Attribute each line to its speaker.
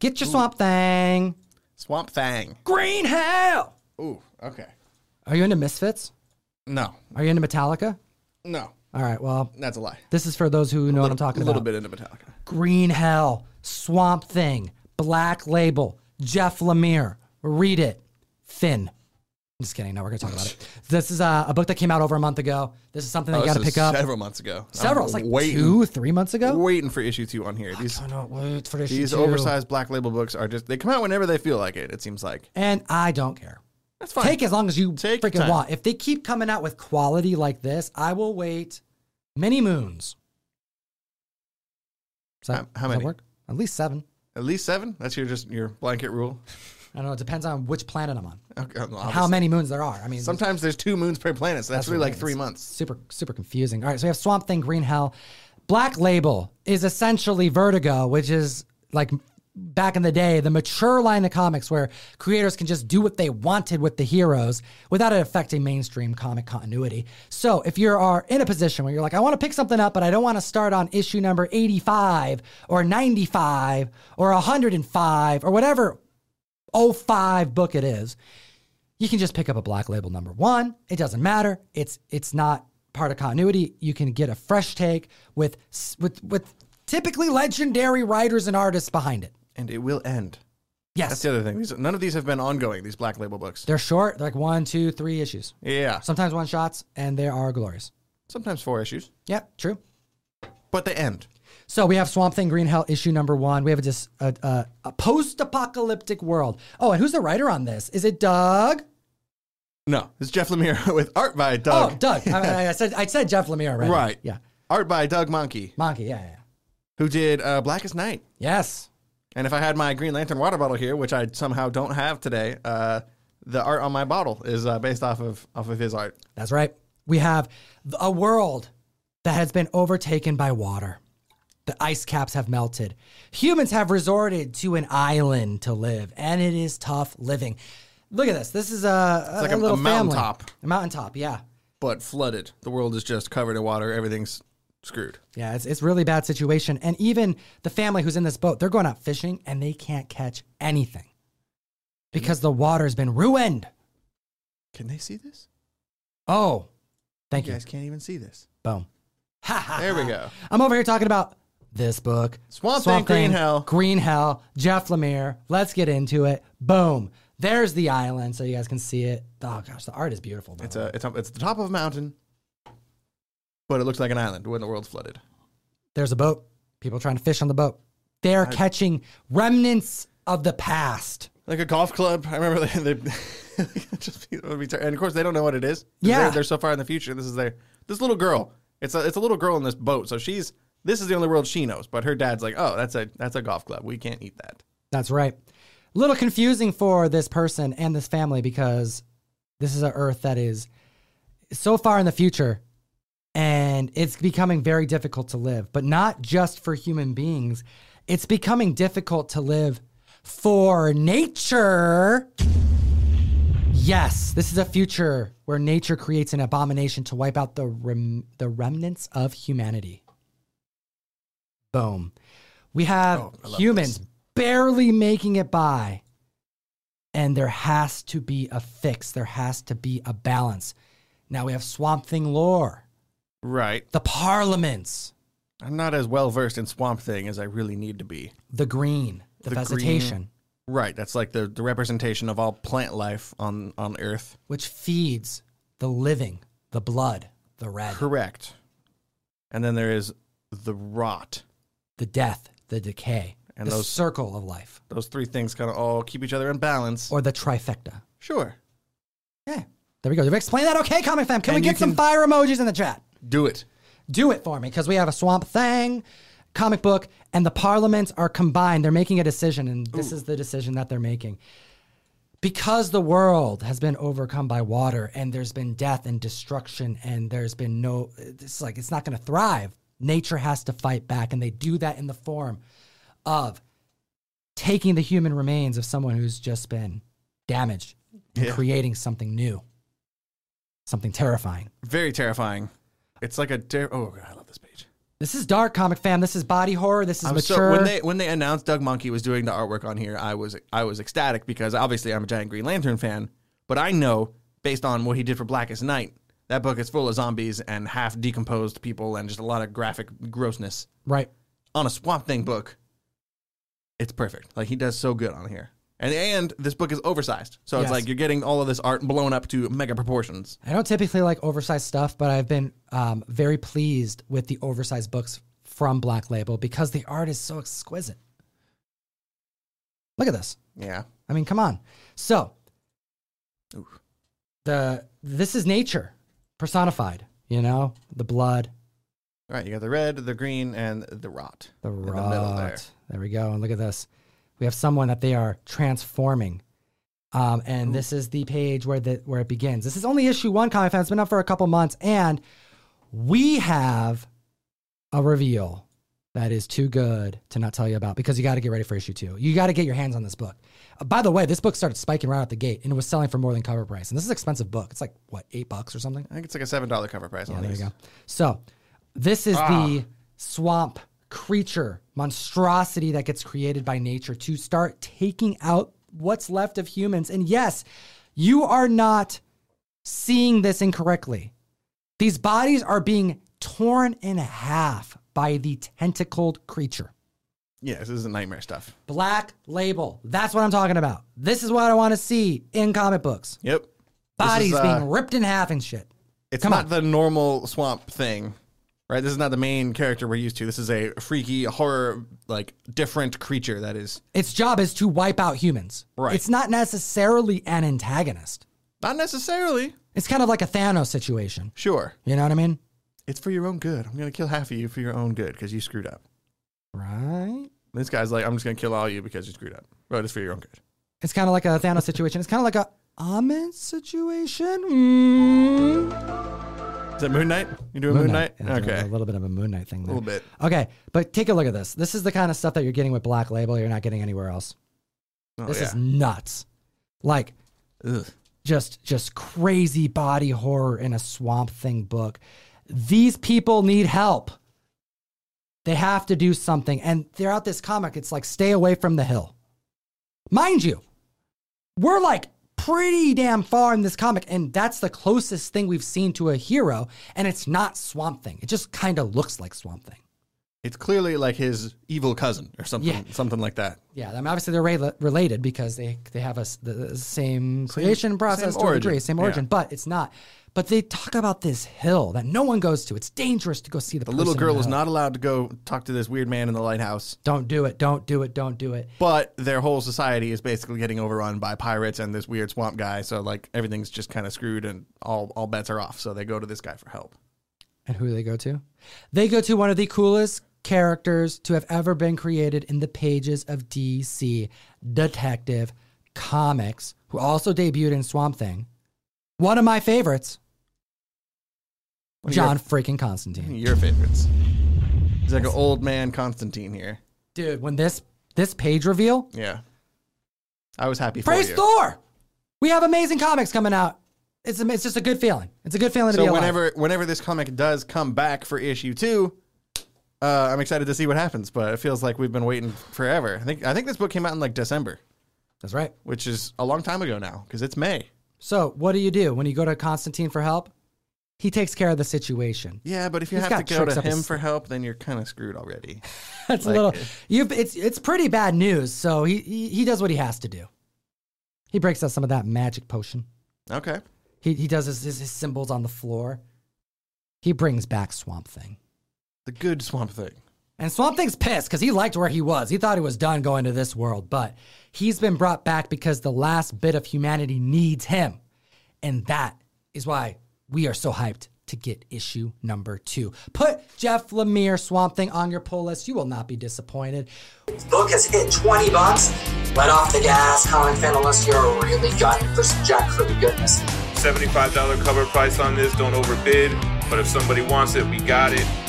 Speaker 1: Get your swamp thing.
Speaker 2: Swamp Thang.
Speaker 1: Green hell.
Speaker 2: Ooh, okay.
Speaker 1: Are you into Misfits?
Speaker 2: No,
Speaker 1: Are you into Metallica?
Speaker 2: no,
Speaker 1: All right. Well,
Speaker 2: that's a lie.
Speaker 1: this is for those who know what I'm talking
Speaker 2: a
Speaker 1: about.
Speaker 2: little bit into Metallica.
Speaker 1: Green Hell, Swamp Thing, Black Label, Jeff Lemire. Read it. Finn. I'm just kidding. No, we're going to talk about it. This is uh, a book that came out over a month ago. This is something that you got to
Speaker 2: This is
Speaker 1: pick up.
Speaker 2: Oh, Several months ago. I'm
Speaker 1: Several. It's like
Speaker 2: waiting,
Speaker 1: two, three months ago.
Speaker 2: waiting for issue two on here. These
Speaker 1: I don't wait for issue
Speaker 2: these
Speaker 1: two.
Speaker 2: oversized black label books are just they come out whenever they feel like it. It seems like
Speaker 1: And I don't care.
Speaker 2: that's fine.
Speaker 1: Take as long as you
Speaker 2: Take your
Speaker 1: freaking
Speaker 2: time.
Speaker 1: want. If they keep coming out with quality like this, I will wait many moons. Does that,
Speaker 2: How-
Speaker 1: does
Speaker 2: how
Speaker 1: that
Speaker 2: many?
Speaker 1: work? At least seven.
Speaker 2: At least seven. That's your just your blanket rule.
Speaker 1: I don't know. It depends on which planet I'm on.
Speaker 2: Okay, well,
Speaker 1: and
Speaker 2: obviously.
Speaker 1: how many moons there are. I mean, it's
Speaker 2: Sometimes there's two moons per planet, so that's, really
Speaker 1: what
Speaker 2: like
Speaker 1: it
Speaker 2: three
Speaker 1: is.
Speaker 2: months.
Speaker 1: super, super confusing. All right, so we have Swamp Thing, Green Hell. Black Label is essentially Vertigo, which is like back in the day, the mature line of comics where creators can just do what they wanted with the heroes without it affecting mainstream comic continuity. So if you are in a position where you're like, I want to pick something up, but I don't want to start on issue number 85 or 95 or 105 or whatever 05 book it is, you can just pick up a black label number one. It doesn't matter. It's it's not part of continuity. You can get a fresh take with s- with with typically legendary writers and artists behind it.
Speaker 2: And it will end. That's
Speaker 1: Yes,
Speaker 2: the other thing. These, none of these have been ongoing. These black label books.
Speaker 1: they're short. They're like one, two, three issues.
Speaker 2: Yeah,
Speaker 1: Sometimes one shots, and they are glorious.
Speaker 2: sometimes four issues,
Speaker 1: Yep, true.
Speaker 2: but they end.
Speaker 1: So we have Swamp Thing, Green Hell, issue number one. We have a just a, a, a post-apocalyptic world. Oh, and who's the writer on this? Is it Doug?
Speaker 2: No, it's Jeff Lemire with art by Doug.
Speaker 1: Oh, Doug. I, I- I said I said Jeff Lemire already.
Speaker 2: Right.
Speaker 1: Yeah.
Speaker 2: Art by Doug Monkey,
Speaker 1: Monkey. Yeah. yeah, yeah.
Speaker 2: who did uh, Blackest Night.
Speaker 1: Yes.
Speaker 2: And if I had my Green Lantern water bottle here, which I somehow don't have today, uh, the art on my bottle is uh, based off of off of his art.
Speaker 1: That's right. We have th- a world that has been overtaken by water. The ice caps have melted. Humans have resorted to an island to live, and it is tough living. Look at this. This is a, a,
Speaker 2: like
Speaker 1: a
Speaker 2: a-
Speaker 1: little
Speaker 2: a
Speaker 1: family.
Speaker 2: mountaintop.
Speaker 1: A mountaintop, yeah.
Speaker 2: But flooded, the world is just covered in water. Everything's screwed.
Speaker 1: Yeah, it's, it's really bad situation. And even the family who's in this boat, they're going out fishing and they can't catch anything because the water's been ruined.
Speaker 2: Can they see this?
Speaker 1: Oh, thank
Speaker 2: You
Speaker 1: you.
Speaker 2: guys can't even see this.
Speaker 1: Boom. Ha ha.
Speaker 2: There we
Speaker 1: ha.
Speaker 2: go.
Speaker 1: I'm over here talking about this book,
Speaker 2: Swamp Thing, Green Hell.
Speaker 1: Green Hell, Jeff Lemire. Let's get into it. Boom. There's the island, so you guys can see it. Oh gosh, the art is beautiful. by
Speaker 2: It's
Speaker 1: the way.
Speaker 2: a it's a, it's the top of a mountain, but it looks like an island when the world's flooded.
Speaker 1: There's a boat. People trying to fish on the boat. They are catching remnants of the past.
Speaker 2: Like a golf club. I remember they, they just it would be ter- and of course they don't know what it is. 'Cause
Speaker 1: Yeah.
Speaker 2: they're, they're so far in the future. This is their this little girl. It's a it's a little girl in this boat. So she's this is the only world she knows. But her dad's like, oh, that's a that's a golf club. We can't eat that.
Speaker 1: That's right. A little confusing for this person and this family because this is an Earth that is so far in the future and it's becoming very difficult to live, but not just for human beings. It's becoming difficult to live for nature. Yes, this is a future where nature creates an abomination to wipe out the rem- the remnants of humanity. Boom. We have
Speaker 2: Oh, I love
Speaker 1: humans barely making it by. And there has to be a fix. There has to be a balance. Now we have Swamp Thing lore,
Speaker 2: Right.
Speaker 1: the parliaments,
Speaker 2: I'm not as well versed in Swamp Thing as I really need to be.
Speaker 1: the green, the,
Speaker 2: The
Speaker 1: vegetation,
Speaker 2: green. Right. That's like the, the representation of all plant life on on Earth.
Speaker 1: which feeds the living, the blood, the red,
Speaker 2: Correct. And then there is the rot.
Speaker 1: the death, the decay,
Speaker 2: And
Speaker 1: the
Speaker 2: those-
Speaker 1: circle of life,
Speaker 2: Those three things kind of all keep each other in balance.
Speaker 1: or the trifecta.
Speaker 2: Sure.
Speaker 1: Yeah, there we go. Did we explain that okay, comic fam? Can
Speaker 2: And
Speaker 1: we
Speaker 2: you
Speaker 1: get some
Speaker 2: can-
Speaker 1: fire emojis in the chat?
Speaker 2: Do it.
Speaker 1: do it for me because we have a swamp thing comic book and the parliaments are combined they're making a decision and this is the decision that they're making because the world has been overcome by water and there's been death and destruction and there's been no it's like it's not going to thrive nature has to fight back and they do that in the form of taking the human remains of someone who's just been damaged and
Speaker 2: Yeah.
Speaker 1: creating something new something terrifying
Speaker 2: Very terrifying. It's like a ter- oh, God, I love this page.
Speaker 1: This is dark comic fam. This is body horror. This is
Speaker 2: I'm so-
Speaker 1: mature.
Speaker 2: when they when they announced Doug Monkey was doing the artwork on here, I was I was ecstatic because obviously I'm a giant Green Lantern fan, but I know based on what he did for Blackest Night, that book is full of zombies and half decomposed people and just a lot of graphic grossness.
Speaker 1: right.
Speaker 2: On a Swamp Thing book, it's perfect. Like he does so good on here. And and this book is oversized. So
Speaker 1: Yes.
Speaker 2: it's like you're getting all of this art blown up to mega proportions.
Speaker 1: I don't typically like oversized stuff, but I've been um, very pleased with the oversized books from Black Label because the art is so exquisite. Look at this.
Speaker 2: Yeah.
Speaker 1: I mean, come on. So
Speaker 2: Oof.
Speaker 1: the this is nature personified. You know, the blood,
Speaker 2: All right, you got the red, the green, and the rot.
Speaker 1: the
Speaker 2: In
Speaker 1: rot.
Speaker 2: the middle there.
Speaker 1: there we go. And look at this. We have someone that they are transforming. Um, and this is the page where the where it begins. This is only issue one, comic fan. It's been up for a couple months, and we have a reveal that is too good to not tell you about because you got to get ready for issue two. You got to get your hands on this book. Uh, by the way, this book started spiking right out the gate and it was selling for more than cover price. And this is an expensive book. It's like what eight bucks or something.
Speaker 2: I think it's like a seven dollar cover price on
Speaker 1: There you
Speaker 2: these.
Speaker 1: go. So, this is
Speaker 2: Ah.
Speaker 1: the swamp creature monstrosity that gets created by nature to start taking out what's left of humans. And yes, you are not seeing this incorrectly. These bodies are being torn in half by the tentacled creature.
Speaker 2: Yeah, this is nightmare stuff.
Speaker 1: Black label. That's what I'm talking about. This is what I want to see in comic books.
Speaker 2: Yep. This
Speaker 1: Bodies
Speaker 2: is, uh,
Speaker 1: being ripped in half and shit.
Speaker 2: It's
Speaker 1: Come
Speaker 2: not
Speaker 1: on.
Speaker 2: the normal swamp thing, right? This is not the main character we're used to. This is a freaky horror, like different creature that is
Speaker 1: its job is to wipe out humans.
Speaker 2: Right.
Speaker 1: It's not necessarily an antagonist.
Speaker 2: not necessarily
Speaker 1: It's kind of like a Thanos situation.
Speaker 2: sure.
Speaker 1: You know what I mean?
Speaker 2: It's for your own good. I'm gonna kill half of you for your own good because you screwed up.
Speaker 1: Right.
Speaker 2: This guy's like, I'm just gonna kill all you because you screwed up. But it's for your own good.
Speaker 1: It's kind of like a Thanos situation. It's kind of like a Amen situation. Mm.
Speaker 2: Is that Moon Knight? You doing Moon, Knight?
Speaker 1: Yeah, there's
Speaker 2: Okay,
Speaker 1: A little bit of a Moon Knight thing
Speaker 2: a
Speaker 1: there.
Speaker 2: little bit.
Speaker 1: Okay, but take a look at this. This is the kind of stuff that you're getting with Black Label. You're not getting anywhere else.
Speaker 2: Oh,
Speaker 1: This
Speaker 2: yeah.
Speaker 1: is nuts. Like
Speaker 2: Ugh.
Speaker 1: just just crazy body horror in a swamp thing book these people need help they have to do something and throughout this comic it's like stay away from the hill mind you we're like pretty damn far in this comic and that's the closest thing we've seen to a hero and it's not swamp thing it just kind of looks like swamp thing
Speaker 2: It's clearly like his evil cousin or something,
Speaker 1: Yeah.
Speaker 2: something like that.
Speaker 1: yeah, I mean, obviously they're rela- related because they they have a s- the, the same creation process to a
Speaker 2: origin.
Speaker 1: degree, same
Speaker 2: Yeah.
Speaker 1: origin, but it's not. But they talk about this hill that no one goes to. It's dangerous to go see the,
Speaker 2: The little girl is
Speaker 1: Hill.
Speaker 2: not allowed to go talk to this weird man in the lighthouse.
Speaker 1: Don't do it. Don't do it. Don't do it.
Speaker 2: But their whole society is basically getting overrun by pirates and this weird swamp guy. So like everything's just kind of screwed and all all bets are off. So they go to this guy for help.
Speaker 1: And who do they go to? They go to one of the coolest characters to have ever been created in the pages of DC Detective Comics, who also debuted in Swamp Thing. One of my favorites, John freaking Constantine.
Speaker 2: Your favorites. He's like an old man Constantine here.
Speaker 1: Dude, when this this page reveal,
Speaker 2: Yeah. I was happy for
Speaker 1: Praise
Speaker 2: you.
Speaker 1: Thor! We have amazing comics coming out. It's am- it's just a good feeling. It's a good feeling to be
Speaker 2: So
Speaker 1: alive.
Speaker 2: whenever whenever this comic does come back for issue two, uh, I'm excited to see what happens. But it feels like we've been waiting forever. I think I think this book came out in like December,
Speaker 1: That's right.
Speaker 2: which is a long time ago now because it's May.
Speaker 1: So what do you do when you go to Constantine for help? He takes care of the situation.
Speaker 2: Yeah, but if you
Speaker 1: He's
Speaker 2: have
Speaker 1: got
Speaker 2: to go
Speaker 1: tricks
Speaker 2: to
Speaker 1: up his
Speaker 2: him for
Speaker 1: sleeve.
Speaker 2: help, then you're kind of screwed already.
Speaker 1: That's a little. You've, it's it's pretty bad news. So he, he he does what he has to do. He breaks out some of that magic potion.
Speaker 2: Okay.
Speaker 1: He he does his, his, his symbols on the floor. He brings back Swamp Thing.
Speaker 2: The good swamp thing.
Speaker 1: And Swamp Thing's pissed because he liked where he was. He thought he was done going to this world, but he's been brought back because the last bit of humanity needs him. And that is why we are so hyped to get issue number two. Put Jeff Lemire Swamp Thing on your pull list. You will not be disappointed.
Speaker 3: book has hit 20 bucks. Let off the gas, comic fan, unless you're really gunning for some jack for the goodness.
Speaker 4: $75 cover price on this. Don't overbid. But if somebody wants it, we got it.